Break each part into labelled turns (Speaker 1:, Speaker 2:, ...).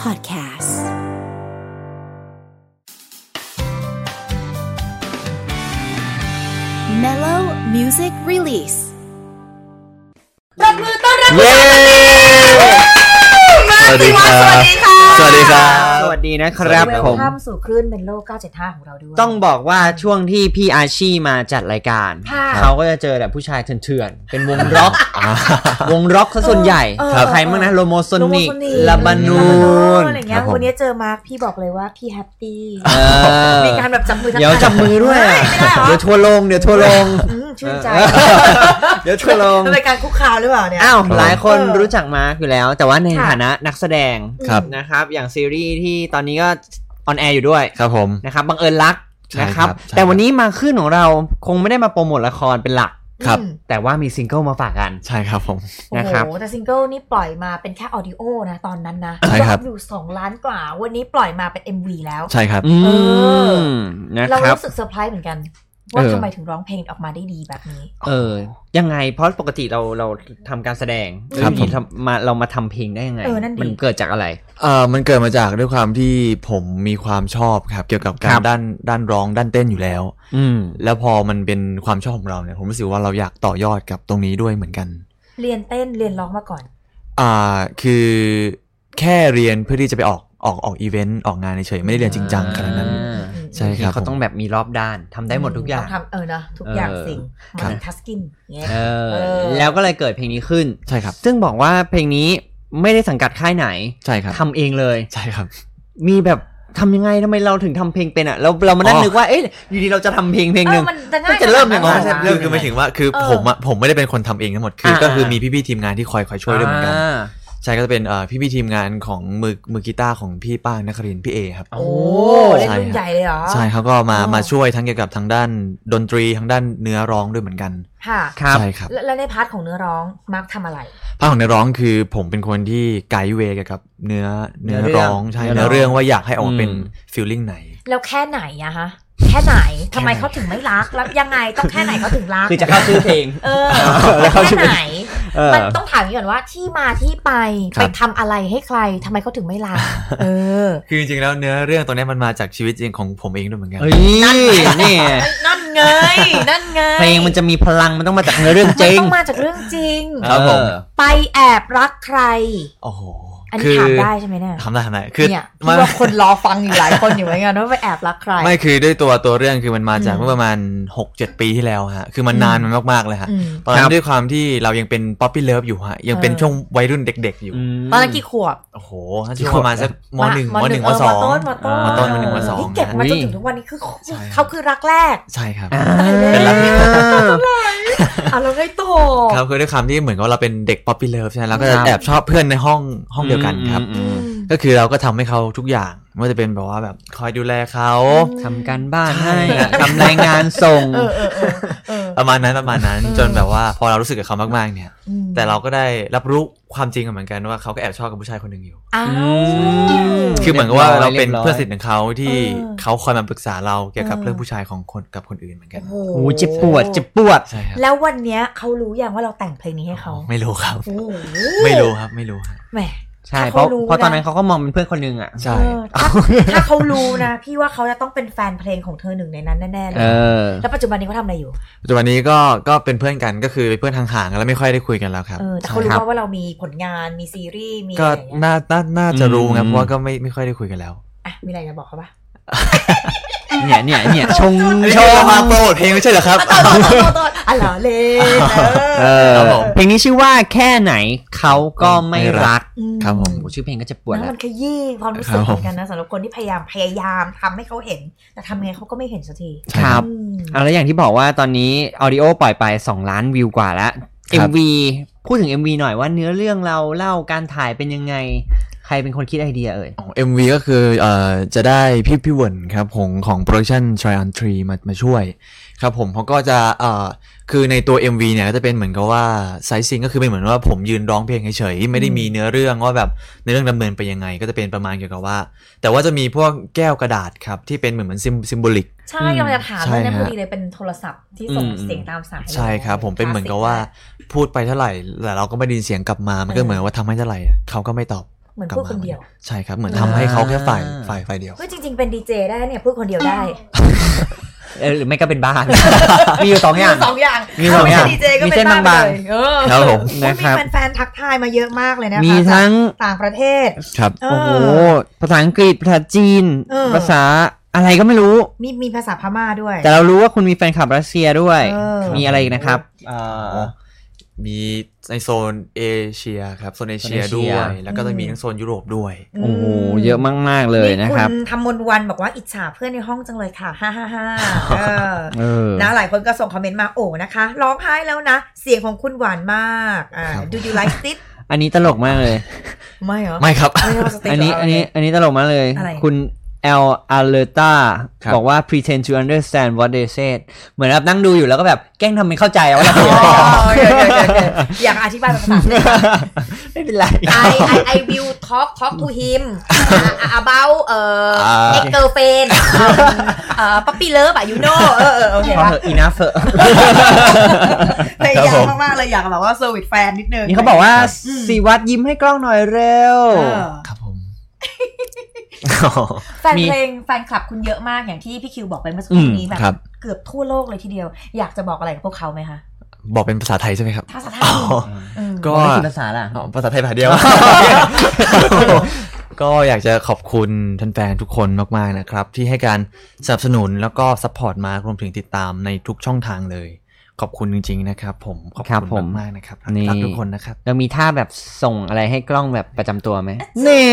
Speaker 1: Podcasts Mellow Music Release
Speaker 2: ปรบมือต้อนรับ
Speaker 3: เย้
Speaker 2: มาสิวะสวัสดีค่ะ
Speaker 3: สวัสดีครับ
Speaker 4: สวัสดีนะครับ
Speaker 3: สวัสดี
Speaker 2: เว
Speaker 3: รับ
Speaker 2: ล
Speaker 4: ผม
Speaker 2: ข้ามสู่คลื่นเป็นโลก 975 ของเราด้วย
Speaker 4: ต้องบอกว่าช่วงที่พี่อาชีมาจัดรายการ
Speaker 2: ค่ะ
Speaker 4: เขาก็จะเจอแต่ผู้ชายเถื่อนๆ เป็นวง ร็อก
Speaker 3: อ่า
Speaker 4: วงร็อกซะส่วนใหญ่
Speaker 2: เออครับ
Speaker 4: ใครบ้างนะโลโมโซ
Speaker 2: โลโม
Speaker 4: นิก
Speaker 2: โซนิ
Speaker 4: ลาบานูน
Speaker 2: อะไรเงี้
Speaker 3: ค
Speaker 2: ย
Speaker 3: รับผม
Speaker 2: วันนี้เจอมาร์คพี่บอกเลยว่าพี่แฮปปี้
Speaker 4: เออ
Speaker 2: มีการแบบจับมือทักทา
Speaker 4: เดี๋ยวจับมือด้วยอะ
Speaker 2: ไม่ได้เหรอ
Speaker 4: เดี๋ยวทัวร์ลง เดี๋ยวทัวร์ล ง
Speaker 2: อืมชื่นใจ
Speaker 4: เดี๋ยวทัวร์ลง
Speaker 2: มันเป็นการคุกคามหรือเปล่าเนี่ย
Speaker 4: อ้าว หลายคน
Speaker 2: เออ
Speaker 4: รู้จักมาร์คอยู่แล้ว แต่ว่าใน
Speaker 2: ค่ะ
Speaker 4: ฐานะนักแสดง
Speaker 3: ครับ
Speaker 4: นะครับ อย่างซีรีส์ที่ตอนนี้ก็ออนแอร์อยู่ด้วย
Speaker 3: ครับผม
Speaker 4: นะครับบังเอิญรัก
Speaker 3: ใช่
Speaker 4: นะค
Speaker 3: ครั
Speaker 4: รับ
Speaker 3: บใช่
Speaker 4: แต่วันนี้มาขึ้นของเราคงไม่ได้มาโปรโมทละครเป็นหลัก
Speaker 3: ครับ
Speaker 2: อืม
Speaker 4: แต่ว่ามีซิงเกิลมาฝากกัน
Speaker 3: ใช่ครับผม
Speaker 4: นะครับ
Speaker 2: โอ้โหแต่ซิงเกิลนี่ปล่อยมาเป็นแค่ออดิโอนะตอนนั้นนะ
Speaker 3: ใช่ครับ
Speaker 2: ยอดวิวสองล้านกว่า วันนี้ปล่อยมาเป็น MV แล้ว
Speaker 3: ใช่ครับ
Speaker 4: อื
Speaker 2: เอ
Speaker 4: มนะ
Speaker 2: เรา
Speaker 4: ครับ
Speaker 2: รู้สึกเซอร์ไพรส์เหมือนกัน ว่า
Speaker 4: เออ
Speaker 2: ทำไมถึงร้องเพลงออกมาได้ดีแบบนี้
Speaker 4: เออ ยังไงเพราะปกติเราเราทำการแสดง
Speaker 3: ครั
Speaker 4: แล้ว
Speaker 3: บ
Speaker 4: อยู่
Speaker 3: ผ
Speaker 4: ดี
Speaker 3: ม
Speaker 4: ทำมาเรามาทำเพลงได้ยังไง
Speaker 2: เออนั่นดิ
Speaker 4: มันเกิดจากอะไร
Speaker 3: เอ่อมันเกิดมาจากด้วยความที่ผมมีความชอบครับ เกี่ยวกับกา
Speaker 4: ครั
Speaker 3: ร
Speaker 4: บ
Speaker 3: ด้านด้านร้องด้านเต้นอยู่แล้ว
Speaker 4: อืม
Speaker 3: แล้วพอมันเป็นความชอบของเราเนี่ยผมรู้สึกว่าเราอยากต่อยอดกับตรงนี้ด้วยเหมือนกัน
Speaker 2: เรียนเต้นเรียนร้องมาก่อน
Speaker 3: อ่าคือแค่เรียนเพื่อที่จะไปออกออกออกอีเวนต์ออกงานเฉยๆไม่ได้เรียนจริงจังขนาดนั้น
Speaker 4: อ่า
Speaker 3: ใช่ครับผ
Speaker 4: เขา
Speaker 3: ม
Speaker 4: ต้องแบบมีรอบด้านทำได้หมดทุกอย่าง
Speaker 2: ทำเออนะทุกอย่าง
Speaker 4: เออ
Speaker 2: สิ่ง
Speaker 3: ครับ
Speaker 2: มันทัสกินเงี้ย
Speaker 4: เออ
Speaker 2: เออ
Speaker 4: แล้วก็เลยเกิดเพลงนี้ขึ้น
Speaker 3: ใช่ครับ
Speaker 4: ซึ่งบอกว่าเพลงนี้ไม่ได้สังกัดค่ายไหน
Speaker 3: ใช่ครับ
Speaker 4: ทำเองเลย
Speaker 3: ใช่ครับ
Speaker 4: มีแบบทำยังไงทำไมเราถึงทำเพลงเป็นอ่ะเราเรามานั่ง
Speaker 3: อ๋อ
Speaker 4: นึกว่าเอ๊ะอยู่ดีเราจะทำเพลงเพลงหนึ่ง
Speaker 2: มันจะง่าย
Speaker 4: จะเริ่มยัง
Speaker 2: ข
Speaker 4: ไง
Speaker 2: นาด
Speaker 3: ไม่
Speaker 2: นั้
Speaker 3: ใช่
Speaker 2: นวะ
Speaker 3: เรื่องคือไม่ถึงว่าคือ
Speaker 2: เออ
Speaker 3: ผมอะผมไม่ได้เป็นคนทำเองทั้งหมดคืออา ก็คือมีพี่ๆทีมงานที่คอยคอยช่วยด้วยเหมือนกัน
Speaker 4: อ่า
Speaker 3: ใช่ก็จะเป็นเอ่อพี่พี่ๆทีมงานของมือมือกีตาร์ของพี่ป้างนครินทร์พี่เอครับ
Speaker 2: โอ้
Speaker 3: ใช่ครับ
Speaker 2: เล่นรุ่นใหญ่เลยเหรอ
Speaker 3: ใช่เขาก็มา
Speaker 2: อ๋อ
Speaker 3: มาช่วยทั้งเกี่ยวกับทางด้านดนตรีทางด้านเนื้อร้องด้วยเหมือนกัน
Speaker 2: ค่ะ
Speaker 4: ครับ
Speaker 3: ใช่ครับ
Speaker 2: แล้วแล้วในพาร์ทของเนื้อร้องมาร์คทำอะไร
Speaker 3: ภาคของเนื้อร้องคือผมเป็นคนที่ไกด์เวย์เกี่ยวกับเนื้อ
Speaker 4: เนื้
Speaker 3: เนื้อ
Speaker 4: อเรื่อง
Speaker 3: ร้องใช่
Speaker 4: เนื้
Speaker 3: เนื้
Speaker 4: อ
Speaker 3: อ
Speaker 4: เรื่อง
Speaker 3: เรื่องว่าอยากให้ออกมาเป็น
Speaker 4: อืม
Speaker 3: ฟีลลิ่งไหน
Speaker 2: แล้วแค่ไหนอะฮะ แค่ไหนทำไม
Speaker 3: แค่ไหน
Speaker 2: เขาถึงไม่รักแล้วยังไงต้องแค่ไหนเขาถึงรัก
Speaker 4: คือจะเข้าชื่อเพลง
Speaker 2: เออ
Speaker 4: แล้วเขา
Speaker 2: แค่
Speaker 4: จะเป็น
Speaker 2: ไหน
Speaker 4: เออ
Speaker 2: มันต้องถามอย่างนี้ก่อนว่าที่มาที่ไป
Speaker 3: ครั
Speaker 2: ไป
Speaker 3: บ
Speaker 2: ทำอะไรให้ใครทำไมเขาถึงไม่รัก เออ
Speaker 3: คือจริงๆแล้วเนื้อเรื่องตรงนี้มันมาจากชีวิตจริงของผมเองด้วยเหมือนกัน
Speaker 4: เฮ้ยนี่
Speaker 2: นั่นไง นั่นไง
Speaker 4: เพลงมันจะมีพลังมันต้องมาจากเนื้อเรื่องจริง
Speaker 2: มันต้องมาจากเรื่องจริง
Speaker 3: ครับผม
Speaker 4: เออ
Speaker 2: ไปแอบรักใคร
Speaker 3: โอ้โห
Speaker 2: อัน
Speaker 3: คื
Speaker 2: นี้ถามได้ใช่ไหมเนี่ย
Speaker 3: ทำได้ทำได้คือ
Speaker 2: เนี่ย
Speaker 3: มั
Speaker 2: พี่
Speaker 3: น
Speaker 2: ว่าคนรอฟังอยู่หลายคนอยู่เหมือนกันว่าไปแอบรักใคร
Speaker 3: ไม่คือด้วยตัวตัวเรื่องคือมันมาจาก
Speaker 2: อืม
Speaker 3: เมื่อประมาณ 6 7 ปีที่แล้วฮะ คือมันนาน
Speaker 2: อืม
Speaker 3: มันมาก ๆ เลยฮะ
Speaker 2: อืม
Speaker 3: ตอนนั้
Speaker 4: ครั
Speaker 3: น
Speaker 4: บ
Speaker 3: ด้วยความที่เรายังเป็นป๊อปปี้เลิฟอยู่ฮะ ยังเป็นช่วงวัยรุ่นเด็ก ๆ อยู่
Speaker 4: อืม
Speaker 2: ตอนนั้นกี่ขวบ
Speaker 3: โอ้โหน่าจะประมาณสักมหนึ่งมหนึ่งมสอง
Speaker 2: เต้นม
Speaker 3: ม
Speaker 4: ม
Speaker 2: ต้น
Speaker 3: ต้น
Speaker 4: ม
Speaker 3: มหนึ่งมสอง
Speaker 2: นี่เก็บ
Speaker 3: ฮะ
Speaker 2: มาจน
Speaker 4: ฮะ
Speaker 2: ถึงทุกวันนี้คือ
Speaker 3: ใช่ครับ
Speaker 2: เขาคือรักแรก
Speaker 3: ใช่ครับ
Speaker 4: อ่า
Speaker 3: เป็นรัก
Speaker 2: อ่ะเราได้โต
Speaker 3: ครับคือด้วยความที่เหมือนกับเราเป็นเด็กป๊อปปี้เลิฟใช่ไหมเราก็
Speaker 4: ครั
Speaker 3: จะ
Speaker 4: บ
Speaker 3: แอบชอบเพื่อนในห้องห้องเดียวกันครับ
Speaker 4: อืม
Speaker 3: ก็คือเราก็ทำให้เขาทุกอย่างไม่ว่าจะเป็นแบบว่าแบบคอยดูแลเขา
Speaker 2: อืม
Speaker 4: ทำการบ้าน
Speaker 3: ใช่
Speaker 4: ให้ทำรายงานส่ง
Speaker 2: เออเออเออเออ
Speaker 3: ประมาณนั้นประมาณนั้น
Speaker 2: เออ
Speaker 3: จนแบบว่าพอเรารู้สึกกับเขามากๆเนี่ย
Speaker 2: อืม
Speaker 3: แต่เราก็ได้รับรู้ความจริงกันเหมือนกันว่าเขาก็แอบชอบกับผู้ชายคนหนึ่งอยู่
Speaker 2: อ้าว
Speaker 4: อืม
Speaker 3: คือเหมือนกับว่าเราเป็น
Speaker 4: เรียบร้อย
Speaker 3: เพื่อนสนิทของเขาที่
Speaker 2: เออ
Speaker 3: เขาคอยมาปรึกษาเราเกี่ยวกับ
Speaker 2: เออ
Speaker 3: เรื่องผู้ชายของคนกับคนอื่นเหมือนกัน
Speaker 2: โอ้โห
Speaker 4: โอ้โหเจ็บปวดเจ็บปวด
Speaker 3: ใช่ครับ
Speaker 2: แล้ววันเนี้ยเขารู้อย่างว่าเราแต่งเพลงนี้ให้เขา
Speaker 3: ไม่รู้ครับ
Speaker 2: โอ้โห
Speaker 3: ไม่รู้ครับไม่รู้ครับ
Speaker 2: แหม
Speaker 4: ใช่
Speaker 2: ถ้า
Speaker 4: เพ
Speaker 2: เขา
Speaker 4: ราะ
Speaker 2: รู้
Speaker 4: เพราะตอนนั้น
Speaker 2: นะ
Speaker 4: เขาก็มองเป็นเพื่อนคนหนึงอ่ะ
Speaker 3: ใช่
Speaker 2: เออ ถ้าถ้าเขารู้นะ พี่ว่าเขาจะต้องเป็นแฟนเพลงของเธอหนึ่งในนั้นแน่ๆเล
Speaker 4: เอย อ
Speaker 2: แล้วปัจจุบันนี้เขาทำอะไรอยู่
Speaker 3: ปัจจุบันนี้ก็ก็เป็นเพื่อนกันก็คือเป็นเพื่อนห่างๆกันแล้วไม่ค่อยได้คุยกันแล้วครับ
Speaker 2: เออแต่เขารู้
Speaker 3: ใช่คบ
Speaker 2: ว่าว่าเรามีผลงานมีซีรีส์มีอะ
Speaker 3: ก็
Speaker 2: ไรอย่างเงี้ย
Speaker 3: น่าน่าน่าจะรู้ครับ
Speaker 4: อืม
Speaker 3: เพราะว่าก็ไม่ไม่ค่อยได้คุยกันแล้ว
Speaker 2: อ่ะมีอะไรจะบอกเขาปะ
Speaker 4: เนี่ยเนี่ยเนี่ยชงช
Speaker 3: ชอบ
Speaker 4: ง
Speaker 3: มาโปรโมทเพลงไม่ใช่เหรอครับ
Speaker 2: ต่อต่อต่อต่อต่ออ่ะเหรอเล่น
Speaker 4: เออ
Speaker 3: ครับผม
Speaker 4: เพลงนี้ชื่อว่าแค่ไหนเขาก็ไม่รัก
Speaker 3: ครับผม
Speaker 4: โอ้โหชื่อเพลงก็เจะปวด
Speaker 2: แล้ว
Speaker 4: แล้ว
Speaker 2: มันขยี้ความรู้
Speaker 3: ค
Speaker 2: สึก
Speaker 3: รับ
Speaker 2: เห
Speaker 3: ผม
Speaker 2: มือนกันนะสำหรับคนที่พยายามพยายามทำให้เขาเห็น แต่ทำไงเขาก็ไม่เห็นสักที
Speaker 3: ใช่ครับ
Speaker 2: อืม
Speaker 4: เอาแล้วอย่างที่บอกว่าตอนนี้ออดิโอปล่อยไป 2 ล้านวิวกว่าแล้ว
Speaker 3: ครับ
Speaker 4: MV พูดถึง MV หน่อยว่าเนื้อเรื่องเราเล่าการถ่ายเป็นยังไง ใครเป็นคนคิดไอเดียเอ่ย
Speaker 3: ของ MV ก็คือเอ่อจะได้พี่พี่เวิร์นครับของของโปรดักชัน Try on Tree มามาช่วยครับผมเขาก็จะเอ่อคือในตัว MV เนี่ยก็จะเป็นเหมือนกับว่าไซซิงก็คือเป็นเหมือนว่าผมยืนร้องเพลงเฉยๆไม่ได้มีเนื้อเรื่องว่าแบบเนื้อเรื่องดำเนินไปยังไง ก็จะเป็นประมาณเกี่ยวกับว่า แต่ว่าจะมีพวกแก้วกระดาษครับ ที่เป็นเหมือนเหมือนซิมซิมโบลิก
Speaker 2: ใช่
Speaker 4: อืม
Speaker 2: กำลังจะถาม
Speaker 3: ใช่
Speaker 2: เรื่องนั้นพ
Speaker 3: ฮะ
Speaker 2: อดีเลยเป็นโทรศัพท์ที่ส่ง
Speaker 4: อืม
Speaker 2: เสียงตามสายเลย
Speaker 3: ใช่ครับผมเป็นเหมือนกับว่าพูดไปเท่าไหร่แต่เราก็ไม่ได้ยินเสียงกลับมามันก็เหมือนว่าทำให้เท่าไหร่เขาก็ไม่ตอบ
Speaker 2: เหมือน
Speaker 3: กลับ
Speaker 2: พูด
Speaker 3: มา
Speaker 2: คนเดียว
Speaker 3: ใช่ครับเหมือนทำให้เขาแค่ฝ่ายฝ่ายฝ่ายเดียว
Speaker 2: เฮ้ยจริง ๆเป็นดีเจได้เนี่ยพูดคนเดียวได้
Speaker 4: เออหรือไม่ก็เป็น บ้าน มีอยู่สองอย่าง
Speaker 2: มีสองอย่าง
Speaker 4: มีสองอย่าง
Speaker 2: ดีเจก็
Speaker 4: มี
Speaker 2: เป็
Speaker 4: เส้
Speaker 2: น
Speaker 4: น
Speaker 2: บ้าน
Speaker 4: บางๆ
Speaker 2: ไปเลยเออ
Speaker 3: ครับผม
Speaker 2: นะ
Speaker 4: นะ
Speaker 2: ค
Speaker 4: ครั
Speaker 2: รับบ แฟนๆทักทายมาเยอะมากเลยนะคะ
Speaker 4: มีทั้ง
Speaker 2: จากต่างประเทศ
Speaker 3: ครับ
Speaker 2: เออ
Speaker 4: โอ้โห ภาษาอังกฤษ ภาษาจีน
Speaker 2: เออ
Speaker 4: ภาษาอะไรก็ไม่รู้
Speaker 2: มีมีภาษาพม่าด้วย
Speaker 4: แต่เรารู้ว่าคุณมีแฟนคลับรัสเซียด้วย
Speaker 2: เออ
Speaker 4: มีอะไรอีกนะครับ
Speaker 3: อ
Speaker 4: เอ่อ
Speaker 3: มีในโซนเอเชียครับโซนเอเชีย
Speaker 4: โซนเอเชี
Speaker 3: ด้วย ย แล้วก็จะมีทั้งโซนยุโรปด้วย
Speaker 4: โอ้โห เยอะมาก ๆ เลยนะครับ
Speaker 2: ณทำมนต์วันบอกว่าอิจฉาเพื่อนในห้องจังเลยค่ะ ฮ่าฮ่า ฮ่าเออ
Speaker 4: เออ
Speaker 2: นะหลายคนก็ส่งคอมเมนต์มาโอ้นะคะ ร้องไห้แล้วนะ เสียงของคุณหวานมากอ่า
Speaker 3: ครับ
Speaker 2: ดูยูไลฟ์ติด
Speaker 4: อันนี้ตลกมากเลย
Speaker 2: ไม่เหรอ
Speaker 3: ไม่ครับ
Speaker 2: ไม่ใช่ว่าสติ
Speaker 4: อันนี้
Speaker 2: เหร
Speaker 4: อันนี้ อันนี้ตลกมากเลย
Speaker 2: อะไร
Speaker 4: คุณเอลอาเลต้า
Speaker 3: ครับ
Speaker 4: บอกว่า pretend to understand what they said เหมือนแบบนั่งดูอยู่แล้วก็แบบแกล้งทำเป็นเข้าใจว่าเรา
Speaker 2: อ๋
Speaker 4: พ ูดอะไร
Speaker 2: อโอเคโอเคโอเคอยากอธิบายเป็นภาษาไทย
Speaker 4: ไม่เป็นไร
Speaker 2: I I I will talk talk to him uh, about เอ่อ
Speaker 3: Ah.
Speaker 2: ex girlfriend เอ่อ puppy love อ่ะ you know เออเออโอเค
Speaker 4: พอ
Speaker 2: ปะ
Speaker 4: เถอะอีนาเฟอะ
Speaker 2: พยายามมากๆเลยอยากแบบว่า service แฟนนิดนึง
Speaker 4: นี่เขาบอกว่า
Speaker 2: ครับอืม
Speaker 4: สีวัดยิ้มให้กล้องหน่อยเร็ว
Speaker 2: เออ
Speaker 3: ครับผม
Speaker 2: แฟนเพลงแฟนคลับคุณเยอะมากอย่างที่พี่คิวบอกไปเมื่อสักครู่
Speaker 4: อืม
Speaker 2: นี้แบบ
Speaker 3: ครับ
Speaker 2: เกือบทั่วโลกเลยทีเดียว อยากจะบอกอะไรกับพวกเขาไหมคะ
Speaker 3: บอกเป็นภาษาไทยใช่ไหมครับ
Speaker 2: ถ้าสถาน
Speaker 3: อ๋อ
Speaker 2: อืม
Speaker 3: ก็
Speaker 4: บอกได้กี่ภาษาล่ะ
Speaker 3: อ๋อ ภาษาไทยภาษาเดียว ก็อยากจะขอบคุณแฟนๆทุกคนมากๆนะครับ ที่ให้การสนับสนุนแล้วก็ซัพพอร์ตมารวมถึงติดตามในทุกช่องทางเลย ขอบคุณจริงๆนะครับ ผมขอบ
Speaker 4: ครับผ
Speaker 3: คุ
Speaker 4: ม
Speaker 3: ณมากๆนะครับ
Speaker 4: นี่
Speaker 3: รักทุกคนนะครับ
Speaker 4: เรามีท่าแบบส่งอะไรให้กล้องแบบประจำตัวไหมนี่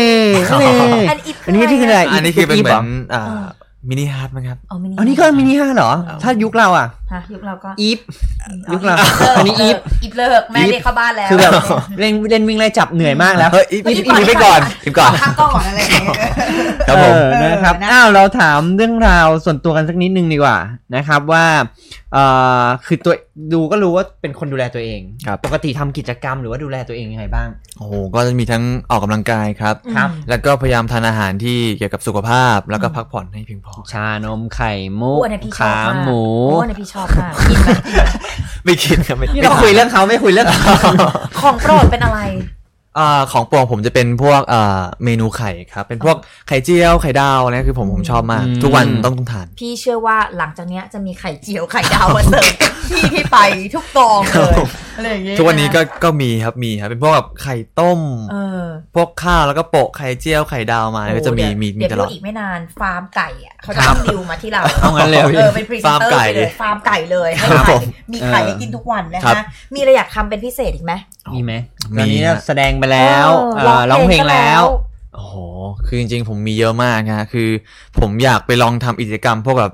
Speaker 4: นี่
Speaker 2: อันอีก
Speaker 4: อันนี้ที่คืออะไร
Speaker 3: อันนี้คือเป็นเหมือนอ่า
Speaker 2: า
Speaker 3: มินิฮาร์ดมั้งครับ
Speaker 2: อ๋อมินิ
Speaker 4: อันนี้ก็มินิฮาร์ทเหรอ ถ้ายุคเราอ่ะ
Speaker 2: ฮะยุคเราก็
Speaker 4: อีฟ
Speaker 2: อ๋อ
Speaker 4: ยุคเรา
Speaker 2: ลิก
Speaker 4: อันนี้อีฟ
Speaker 2: อีฟเลิกแม่เรียกเข้าบ้านแล้ว
Speaker 4: คือแบบเล่นเล่นวิ่งไล่จับเหนื่อยมากแล้ว
Speaker 3: เฮ้ยอีฟอีฟอีฟไปก่อนอีฟก่อน
Speaker 2: พักก่อนอะไรอย่างเงี้ย
Speaker 3: ครับผม
Speaker 4: เออนะครับ
Speaker 2: เออนะ
Speaker 4: อ้าวเราถามเรื่องราวส่วนตัวกันสักนิดนึงดีกว่านะครับว่าเอ่อคือตัวดูก็รู้ว่าเป็นคนดูแลตัวเอง
Speaker 3: ครับ
Speaker 4: ปกติทำกิจกรรมหรือว่าดูแลตัวเองยังไงบ้าง
Speaker 3: โอ้โหก็จะมีทั้งออกกำลังกายครับ
Speaker 4: ครับ
Speaker 3: แล้วก็พยายามทานอาหารที่เกี่ยวกับสุขภาพ แล้วก็พักผ่อนให้เพียงพอ
Speaker 4: ชานมไข่มุก
Speaker 2: อ้วนเนี่ยพี่ชอบ
Speaker 4: ขาม
Speaker 2: าก
Speaker 4: หมู
Speaker 2: อ้วนเนี่ยพี่ชอบมากกินไหม
Speaker 3: ไม่คิดครับไม่
Speaker 4: ไม่คุยเรื่องเขาไม่คุยเรื่องเขา
Speaker 2: ของโปรดเป็นอะไร
Speaker 3: อ่าของโปรดผมจะเป็นพวกอ่าเมนูไข่ครับ เป็นพวกไข่เจียวไข่ดาวนะคือผมผมชอบมาก ทุกวันต้องต้องทาน
Speaker 2: พี่เชื่อว่าหลังจากเนี้ยจะมีไข่เจียวไข่ดาวมาเสิร์ฟพี่ที่ไปทุกกอง
Speaker 3: ค
Speaker 2: เล
Speaker 3: รับ
Speaker 2: ย
Speaker 3: ผม
Speaker 2: อะไรอย่างเงี้ย
Speaker 3: ทุกวันนี้ก็ก็มีครับมีครับเป็นพวกแบบไข่ต้ม
Speaker 2: เออ
Speaker 3: พวกข้าวแล้วก็โปะไข่เจียวไข่ดาวมาแล้วก็จะมี
Speaker 2: โอ้โห
Speaker 3: มีมี
Speaker 2: เดี๋ย
Speaker 3: ต
Speaker 2: วเดี๋ยว
Speaker 3: ลอด
Speaker 2: อีกไม่นานฟาร์มไก่อะเขาจะต้องดิวมาที่เรา
Speaker 4: เอางั้นเลยเหรอพี่
Speaker 2: เออเป็นพรีเซนเตอ
Speaker 3: ฟาร์ม
Speaker 2: ร์
Speaker 3: ไก่
Speaker 2: ไปเลยฟาร์มไก่เลยให้
Speaker 3: ครับ
Speaker 2: ไข่
Speaker 3: ผม
Speaker 2: มีไข่
Speaker 4: เออ
Speaker 2: ให้กินทุกวันนะ
Speaker 3: ครั
Speaker 2: คะ
Speaker 3: บ
Speaker 2: มีอะไรอยากทำเป็นพิเศษอีกไหม
Speaker 4: มีไหม
Speaker 3: มี
Speaker 4: ตอนนี้
Speaker 3: ฮะ
Speaker 4: แสดงไปแล้ว
Speaker 2: เออ
Speaker 4: เอ่อ
Speaker 2: ร้
Speaker 4: ร้
Speaker 2: อ
Speaker 4: องง
Speaker 2: เพ
Speaker 4: เพล
Speaker 2: ลง
Speaker 4: ง
Speaker 2: แล้
Speaker 4: แล้ว ว
Speaker 3: โอ้โห คือจริงๆ ผมมีเยอะมากนะ คือผมอยากไปลองทำกิจกรรมพวกแบบ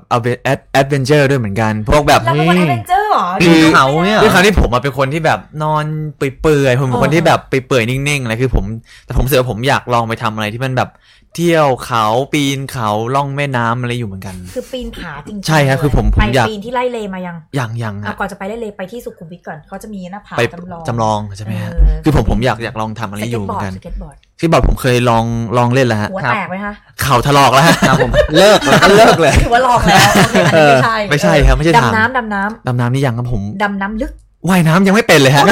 Speaker 3: แอดเวนเจอร์ด้วยเหมือนกัน พวกแบบ
Speaker 2: เราเป็นคนแอดเวนเจอร์เหรอ
Speaker 4: ปีนเขาเนี่ย
Speaker 3: ด้วยความที่ผมอะเป็นคนที่แบบนอนเปื่อยๆ ผมเป็นคนที่แบบเปื่อยๆ นิ่งๆอะไรคือผม แต่ผมรู้สึกว่าผมอยากลองไปทำอะไรที่มันแบบเที่ยวเขาปีนเขาล่องแม่น้ำอะไรอยู่เหมือนกัน
Speaker 2: คือปีนผาจริงๆ
Speaker 3: ใช่ครับคือผมผม
Speaker 2: ไป
Speaker 3: อยาก
Speaker 2: ปีนที่ไล่เลมายัง
Speaker 3: อย่างยัง
Speaker 2: เอา
Speaker 3: อะ
Speaker 2: ก่อนจะไปไล่เลไปที่สุขุมวิทก่อนเขาจะมีหน้าผา
Speaker 3: ไป
Speaker 2: จำลอง
Speaker 3: จำลองใช่ไหมฮะ
Speaker 2: เออ
Speaker 3: คือผมผมอยากอยากลองทำอะไรอ
Speaker 2: สเก็
Speaker 3: ยู่
Speaker 2: ต
Speaker 3: เห
Speaker 2: บ
Speaker 3: มื
Speaker 2: อ
Speaker 3: อ
Speaker 2: ร์
Speaker 3: นกัน
Speaker 2: ดสเก็ตบอร์ด
Speaker 3: ที่บอกผมเคยลองลองเล่นแล้วฮะ
Speaker 2: หัว
Speaker 4: ครับ
Speaker 2: แตกไหมคะ
Speaker 3: เข่าถลอกแล้วฮะ
Speaker 4: ครับผมเลิก แล้วก็เลิกเลย
Speaker 2: ถือว่าลองแล้วโอเคอันนี้ไม่ใช่
Speaker 3: ไม่ใช่ครับไม่ใช่ทาง
Speaker 2: ดำน้ำดำน้
Speaker 3: ดำน้ำนี่ยังครับผม
Speaker 2: ำดำน้ำลึก
Speaker 3: ว่ายน้ำยังไม่เป็นเลย ฮะ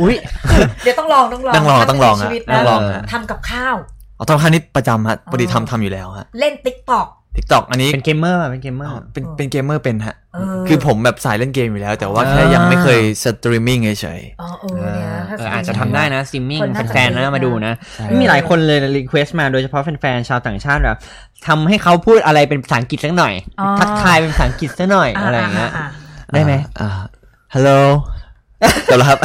Speaker 4: อุ้ย
Speaker 2: เดี๋ยวต้องลองต้องลอง
Speaker 3: ต้องลองต้องลอง
Speaker 2: ถ้า
Speaker 3: ฮะ
Speaker 2: เป็นชีวิต
Speaker 3: ต้อ
Speaker 2: นะ
Speaker 3: งลอง
Speaker 4: เออ
Speaker 3: ฮะ
Speaker 2: ทำกับข้าว
Speaker 3: เอาทำครั้งนี้ประจำฮะปกติทำทำอยู่แล้วฮะ
Speaker 2: เล่นติ๊กตอก
Speaker 3: ทิกตอกอันนี้
Speaker 4: เป็นเกมเมอร์ป่ะเป็นเกมเมอร์
Speaker 3: เป็นเป็นเกมเมอร์เป็นฮะ
Speaker 2: เออ
Speaker 3: คือผมแบบสายเล่นเกมอยู่แล้ว แต่ว่าแค่
Speaker 4: อ่ายั
Speaker 3: ยังไม่เคยสตรีมมิ่งเฉย
Speaker 2: อ๋อเออเนี่ยถ้
Speaker 4: เออ
Speaker 2: สมมติ
Speaker 4: อาจจะทำได้นะซิมมิ่ง
Speaker 2: คนน่าจะ
Speaker 4: แฟนๆ
Speaker 2: ทำได้
Speaker 4: นะมาดูนะ
Speaker 3: ใช่
Speaker 4: มีหลายคนเลยรีเควสต์มาโดยเฉพาะแฟนๆชาวต่างชาติแบบทำให้เขาพูดอะไรเป็นภาษาอังกฤษสักหน่อย
Speaker 2: อ๋อ
Speaker 4: ทักทายเป็นภาษาอังกฤษสักหน่อยอะไรอย่างเงี้ย
Speaker 2: อ่า
Speaker 3: ๆ
Speaker 4: ได้ไหม
Speaker 3: อ่าฮัลโหลจบแล้วครับ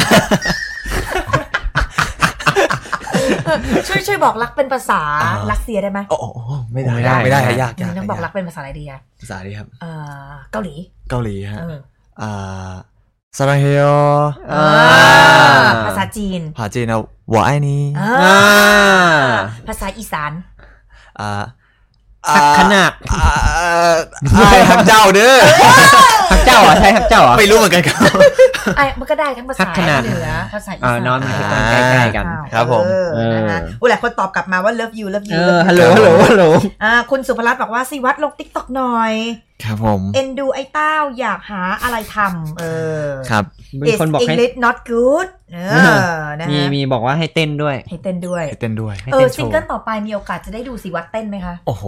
Speaker 2: อ่าช่วยช่วยบอกรักเป็นภาษา
Speaker 3: อ่า
Speaker 2: รัสเซียได้ไหม
Speaker 3: โอ้โหไม่ได้
Speaker 4: ไม่ได้
Speaker 3: ไม่ได้ฮะยาก
Speaker 2: เดี๋ย
Speaker 3: ยาว ก
Speaker 2: ต้องบอกรั
Speaker 3: ยาก
Speaker 2: เป็นภาษาอะไรดีอะ
Speaker 3: ภาษาดีครับ
Speaker 2: เอ่อเกาหลี
Speaker 3: เกาหลีฮะ
Speaker 2: เออ
Speaker 3: อ่าซาลังเฮโย
Speaker 4: อ่า
Speaker 2: ภาษาจีน
Speaker 3: ผาจีนเอาหัวไอ้นี่
Speaker 2: อ่า
Speaker 4: อ่า
Speaker 2: ภาษาอีสาน
Speaker 3: อ่า
Speaker 4: หักขนาด
Speaker 3: อ่าอ่าไอ้ฮักเจ้าเด้อ
Speaker 4: หักเจ้าเหรอใช่หักเจ้าเหรอ
Speaker 3: ไม่รู้เหมือนกันครับ
Speaker 2: ไอ้มันก็ได้ทั้งภา
Speaker 4: ทั
Speaker 2: ษาก
Speaker 4: ขนาด
Speaker 2: เหนือภาษาอี
Speaker 4: อ่า
Speaker 2: สาน
Speaker 4: นอนมันคือการใกล้ๆกัน
Speaker 3: ค
Speaker 2: อ้าว
Speaker 3: รับผม
Speaker 2: เออนะคะ
Speaker 4: เออ
Speaker 2: โอ้หลายคนตอบกลับมาว่า love you love
Speaker 4: เอ
Speaker 2: you
Speaker 4: อ
Speaker 2: love you
Speaker 4: ฮัลโหลฮัลโหลฮัลโหล
Speaker 2: อ่าคุณสุภรัตน์บอกว่าสิวัดลงติ๊กตอกหน่อย
Speaker 3: ครับผม
Speaker 2: เอ็นดูไอ้เต้าอยากหาอะไรทำเออ
Speaker 3: ครับ
Speaker 4: มีคนบอกให้
Speaker 2: English not good เอ
Speaker 4: เอ
Speaker 2: อนะ
Speaker 4: มี
Speaker 2: ฮะ
Speaker 4: มีบอกว่าให้เต้นด้วย
Speaker 2: ให้เต้นด้วย
Speaker 3: ให้เต้นด้วย
Speaker 4: ให้
Speaker 2: เอ
Speaker 4: เต้
Speaker 2: อน
Speaker 4: โช
Speaker 2: ซิง
Speaker 4: ว์
Speaker 2: เกิลต่อไปมีโอกาสจะได้ดูสิวัดเต้นไหมคะ
Speaker 3: โอ้โห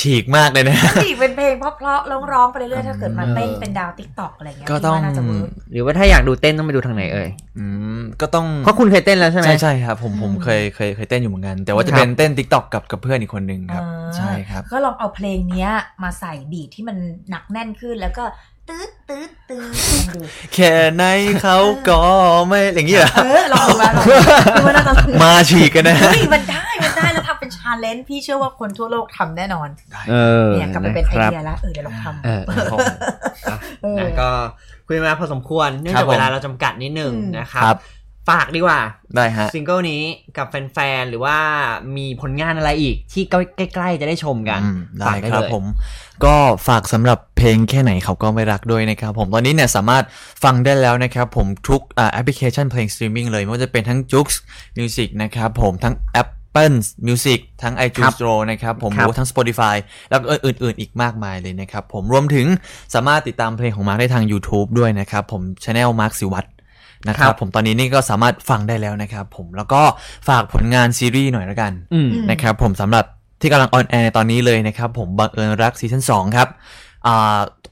Speaker 3: ฉีกมากเลยนะ
Speaker 2: สิเป็นเพลงเพราะๆร้องๆไปเรื่อยๆถ้าเกิดมาเต้นเป็นดาวติ๊กต็อกอะไรเงี้ย
Speaker 3: ก็ต้อง
Speaker 2: พี่ว่าน่าจะเวิร์ก
Speaker 4: หรือว่าถ้าอยากดูเต้นต้องไปดูทางไหนเอ่ย
Speaker 3: อืมก็ต้อง
Speaker 4: เพราะคุณเคยเต้นแล้วใช่ไหม
Speaker 3: ใช่ใช่ครับ ผมผมเคยเคยเคยเต้นอยู่เหมือนกัน แต่ว่าจะ
Speaker 4: ครับ
Speaker 3: เป็นเต้น t ิ k t o k กับกับเพื่อนอีกคนนึงครับ
Speaker 2: อ่า
Speaker 3: ใช่ครับ
Speaker 2: ก็ลองเอาเพลงเนี้ยมาใส่บีทที่มันหนักแน่นขึ้นแล้วก็ตืดตืดตืดลองดู
Speaker 3: แค่ไหนเขาก็ไม่อย่างนี้เหรอ
Speaker 2: เออลองดูมาลองดูดูว่าน่าจะสนุก
Speaker 3: มาฉีกกันนะ
Speaker 2: เฮ้ยมันได้มันได้แล้วทำเป็นชาเลนจ์พี่เชื่อว่าคนทั่วโลกทำแน่นอน
Speaker 4: เออ
Speaker 2: เนี่ยกลับไปเป็นไอ
Speaker 4: ครับ
Speaker 2: เดียละเออเดี๋ยวลองทำ
Speaker 4: เออ
Speaker 3: ครับผม
Speaker 2: เออ
Speaker 4: นะก็คุยมาพอสมควร เนื่อง
Speaker 3: ครั
Speaker 4: จา
Speaker 3: บ
Speaker 4: ก
Speaker 3: ผม
Speaker 4: เวลาเราจำกัดนิดหนึง
Speaker 2: อืม
Speaker 4: นะครับ
Speaker 3: ครับ
Speaker 4: ฝากดีกว่า
Speaker 3: ได้ฮะ
Speaker 4: ซิงเกิลนี้กับแฟนๆ หรือว่ามีผลงานอะไรอีกที่ใกล้ๆ จะได้ชมกัน
Speaker 3: อืม
Speaker 4: ฝา
Speaker 3: ได้
Speaker 4: ก
Speaker 3: ครับ
Speaker 4: เลย
Speaker 3: ผมก็ฝากสำหรับเพลงแค่ไหนเขาก็ไม่รักด้วยนะครับผมตอนนี้เนี่ยสามารถฟังได้แล้วนะครับผมทุกอ่าแอปพลิเคชันเพลงสตรีมมิ่งเลยไม่ว่าจะเป็นทั้ง j o o x Music นะครับผมทั้ง Apple Music ทั้ง iTunes Store นะครับผมหรือว่าทั้ง Spotify แล้วก็อื่นๆอีกมากมายเลยนะครับผมรวมถึงสามารถติดตามเพลงของมาร์คได้ทาง YouTube ด้วยนะครับผม Channel มาร์คสิวัตรนะครับผมตอนนี้นี่ก็สามารถฟังได้แล้วนะครับผมแล้วก็ฝากผลงานซีรีส์หน่อยละกัน
Speaker 4: อืม
Speaker 3: นะครับผมสำหรับที่กำลังออนแอร์ในตอนนี้เลยนะครับ ผมบังเอิญรักซีซั่น2ครับอ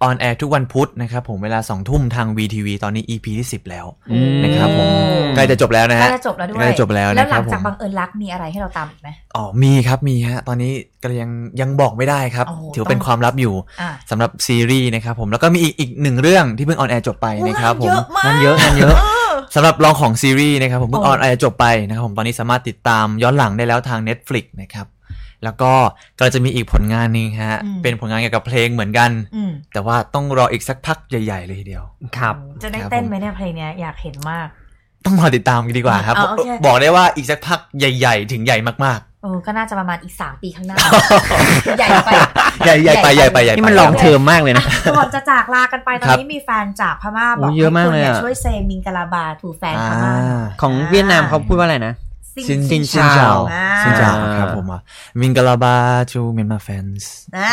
Speaker 3: อนแอร์ทุกวันพุธนะครับผมเวลา 2 ทุ่มทาง VTV ตอนนี้ EP ที่ 10 แล้ว
Speaker 4: อืม
Speaker 3: นะครับผม
Speaker 4: อืม
Speaker 3: ใกล้จะจบแล้วนะ
Speaker 2: ใกล้
Speaker 3: ฮะ
Speaker 2: จะจบแล้วด้วย
Speaker 3: ใกล้จะจบแล้ว
Speaker 2: แล้ว
Speaker 3: นะ
Speaker 2: ห
Speaker 3: ครั
Speaker 2: ลั
Speaker 3: บ
Speaker 2: งจา
Speaker 3: ผ
Speaker 2: ก
Speaker 3: ม
Speaker 2: บังเอิญรักมีอะไรให้เราตามอีกไหม
Speaker 3: อ๋อมีครับมีฮะตอนนี้ก็ยังยังบอกไม่ได้ครับ
Speaker 2: โอ้โห
Speaker 3: ถือเป็นความลับอยู่
Speaker 2: อ่ะ
Speaker 3: สำหรับซีรีส์นะครับผมแล้วก็มีอีกอีกหนึ่งเรื่องที่เพิ่งออนแอร์จบไปนะครับผม
Speaker 2: เยอะมาก
Speaker 4: งานเยอะงานเยอะ
Speaker 3: สำหรับรองของซีรีส์นะครับผมเพิ่ง
Speaker 2: โอ้
Speaker 3: ออนไอจบไปนะครับผมตอนนี้สามารถติดตามย้อนหลังได้แล้วทาง Netflix นะครับ แล้วก็กำลังจะมีอีกผลงานหนึงฮะ
Speaker 2: อืม
Speaker 3: เป็นผลงานเกี่ยวกับเพลงเหมือนกัน
Speaker 2: อืม
Speaker 3: แต่ว่าต้องรออีกสักพักใหญ่ ๆ เลยทีเดียว
Speaker 4: ครับ
Speaker 2: จะได้
Speaker 3: ครับ
Speaker 2: เต้นไหมเนี่ยเพลงเนี้ยอยากเห็นมาก
Speaker 3: ต้องรอติดตามกันดีกว่าครับ
Speaker 2: เอาโอเค
Speaker 3: บอกได้ว่าอีกสักพักใหญ่ ๆ ถึงใหญ่มาก
Speaker 2: เออก็น่าจะประมาณอีกสามปีข้าง หน้า ใหญ่ไป
Speaker 3: ๆ ใหญ่ๆไปใหญ่ไปใหญ่ไป
Speaker 4: นี่มันลองเทอมมากเลยนะ
Speaker 2: ก่อนจะจากลากันไปตอน
Speaker 3: ครับ
Speaker 2: นี้มีแฟนจากพม่าบอก
Speaker 4: โอ้เยอะมากเลยอะ
Speaker 2: ให้คุณนี่ช่วยเซมิงกะลาบาถูแฟน
Speaker 3: อ่า
Speaker 2: พม่าหน่อย
Speaker 4: ของเวียดนามเขาพูดว่าอะไรนะ
Speaker 2: ซิน
Speaker 3: ชิน
Speaker 4: ซิ
Speaker 3: ชิ
Speaker 4: น
Speaker 3: น
Speaker 4: เจ้า
Speaker 3: เจ้า
Speaker 2: อ่
Speaker 3: ชินเจ้าครับผมอ่ะมิงกะลาบาจูเมียนมาแฟนส์
Speaker 2: อ่า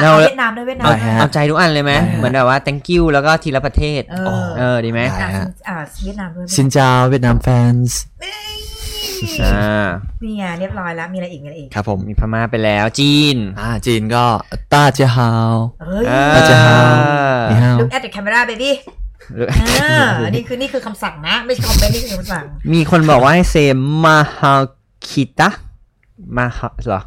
Speaker 4: เรา
Speaker 2: เวียดนามด้วยเวียดนาม
Speaker 3: ได้
Speaker 2: ด้วย
Speaker 3: ฮะ
Speaker 4: เอาใจทุกอันเลยไหม
Speaker 3: ได้ฮะ
Speaker 4: เหมือนแบบว่า thank you แล้วก็ทีละประเทศ
Speaker 2: เออ
Speaker 4: เออ ดีไหม
Speaker 3: ได้
Speaker 2: อ่ะ
Speaker 3: ฮะ
Speaker 2: อ่าเวียดนามด้วย
Speaker 3: ชินเจ้าเวียดนามแฟนส์
Speaker 2: เอ้ย
Speaker 4: อ่า
Speaker 2: นี่ไงเรียบร้อยแล้วมีอะไรอีกมีอะไรอีก
Speaker 3: ครับผม
Speaker 4: มีพม่าไปแล้วจีน
Speaker 3: อ่าจีนก็ต้าเจียฮาว
Speaker 2: เฮ้ย
Speaker 4: เอ
Speaker 3: น่าจะหา นี่ฮาว
Speaker 2: look at the camera baby
Speaker 4: หรือ
Speaker 2: อ่านี่คือนี่คือคำสั่งนะ ไม่ใช่คอมเมนต์นี่คือคำสั่ง
Speaker 4: มีคนบอกว่าให้เซมาฮาคิตะมาฮาเหรอ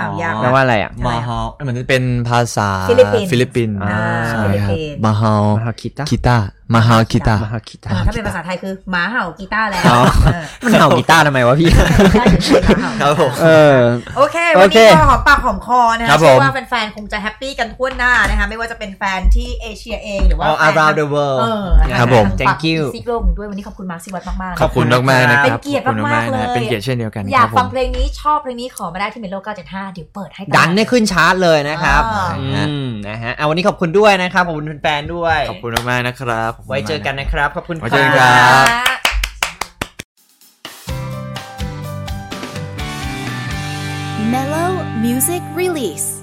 Speaker 2: อ้าวยาก
Speaker 4: แปลว่าอะไรอ่ะ
Speaker 3: มาฮาเหมือนเป็นภาษา
Speaker 2: ฟิลิปปินส์
Speaker 3: ฟิลิปปินส์
Speaker 4: อ่า
Speaker 3: ใช่ครับ
Speaker 2: ฟิลิปปินส์
Speaker 3: มาฮา
Speaker 4: มาฮาคิตะ
Speaker 3: คิตามาฮาคิตา
Speaker 4: มาฮาคิตะ
Speaker 2: อ่าถ้าเป็นภาษาไทยคือหมาเห่ากีตาร์แล้ว
Speaker 4: อ๋อ
Speaker 2: เออ
Speaker 4: มันเห่ากีตาร์ทำไมวะ พี่
Speaker 2: ได้ถึงเป็นหมาเห่า
Speaker 3: ค
Speaker 2: กีตา
Speaker 3: รับผม
Speaker 4: เออ
Speaker 2: โอเค
Speaker 4: โอ
Speaker 2: วัน
Speaker 4: เค
Speaker 2: นี้ก็หอมปากหอมคอนะ
Speaker 3: ครั
Speaker 2: คะ
Speaker 3: บผม
Speaker 2: เชื่อว่าแฟนๆ คงจะแฮปปี้กันทั่วหน้านะคะ ไม่ว่าจะเป็นแฟนที่เอเชียเองหรือว่า
Speaker 4: All
Speaker 2: แฟน
Speaker 4: around the world
Speaker 2: เออนะะ
Speaker 3: ครับผม
Speaker 2: ทางฝั่ง
Speaker 4: Thank you
Speaker 2: ซีกโลกด้วยวันนี้ขอบคุณมาร์คซิวัตมากๆนะ
Speaker 3: ขอบคุณมากมากๆนะค
Speaker 2: เป็
Speaker 3: รับ
Speaker 2: นเกียรติ
Speaker 3: ขอบคุณ
Speaker 2: มากๆ
Speaker 3: ๆนะ
Speaker 2: เลย
Speaker 3: เป็นเกียรติเช่นเดียวกัน
Speaker 2: อยาก
Speaker 3: ค
Speaker 2: ฟั
Speaker 3: รั
Speaker 2: ง
Speaker 3: บผ
Speaker 2: เพ
Speaker 3: ม
Speaker 2: ลงนี้ชอบเพลงนี้ขอมาได้ที่เมโล975 เดี๋ยวเปิดให้ตลอ
Speaker 4: ดันให้ขึ้นชาร์ตเลยนะครับ
Speaker 2: อ่า
Speaker 4: อืมนะฮะเอาวันนี้ขอบคุณด้วยนะครับ ขอบคุณแฟนๆด้วย
Speaker 3: ขอบคุณมากๆนะครับขบคุณ
Speaker 4: ไว้เจอกัน
Speaker 3: มาก
Speaker 4: นะครับ ขอบคุณ
Speaker 3: ไว้เจอกันครั
Speaker 4: ะ
Speaker 3: บ
Speaker 1: Mellow Music Release.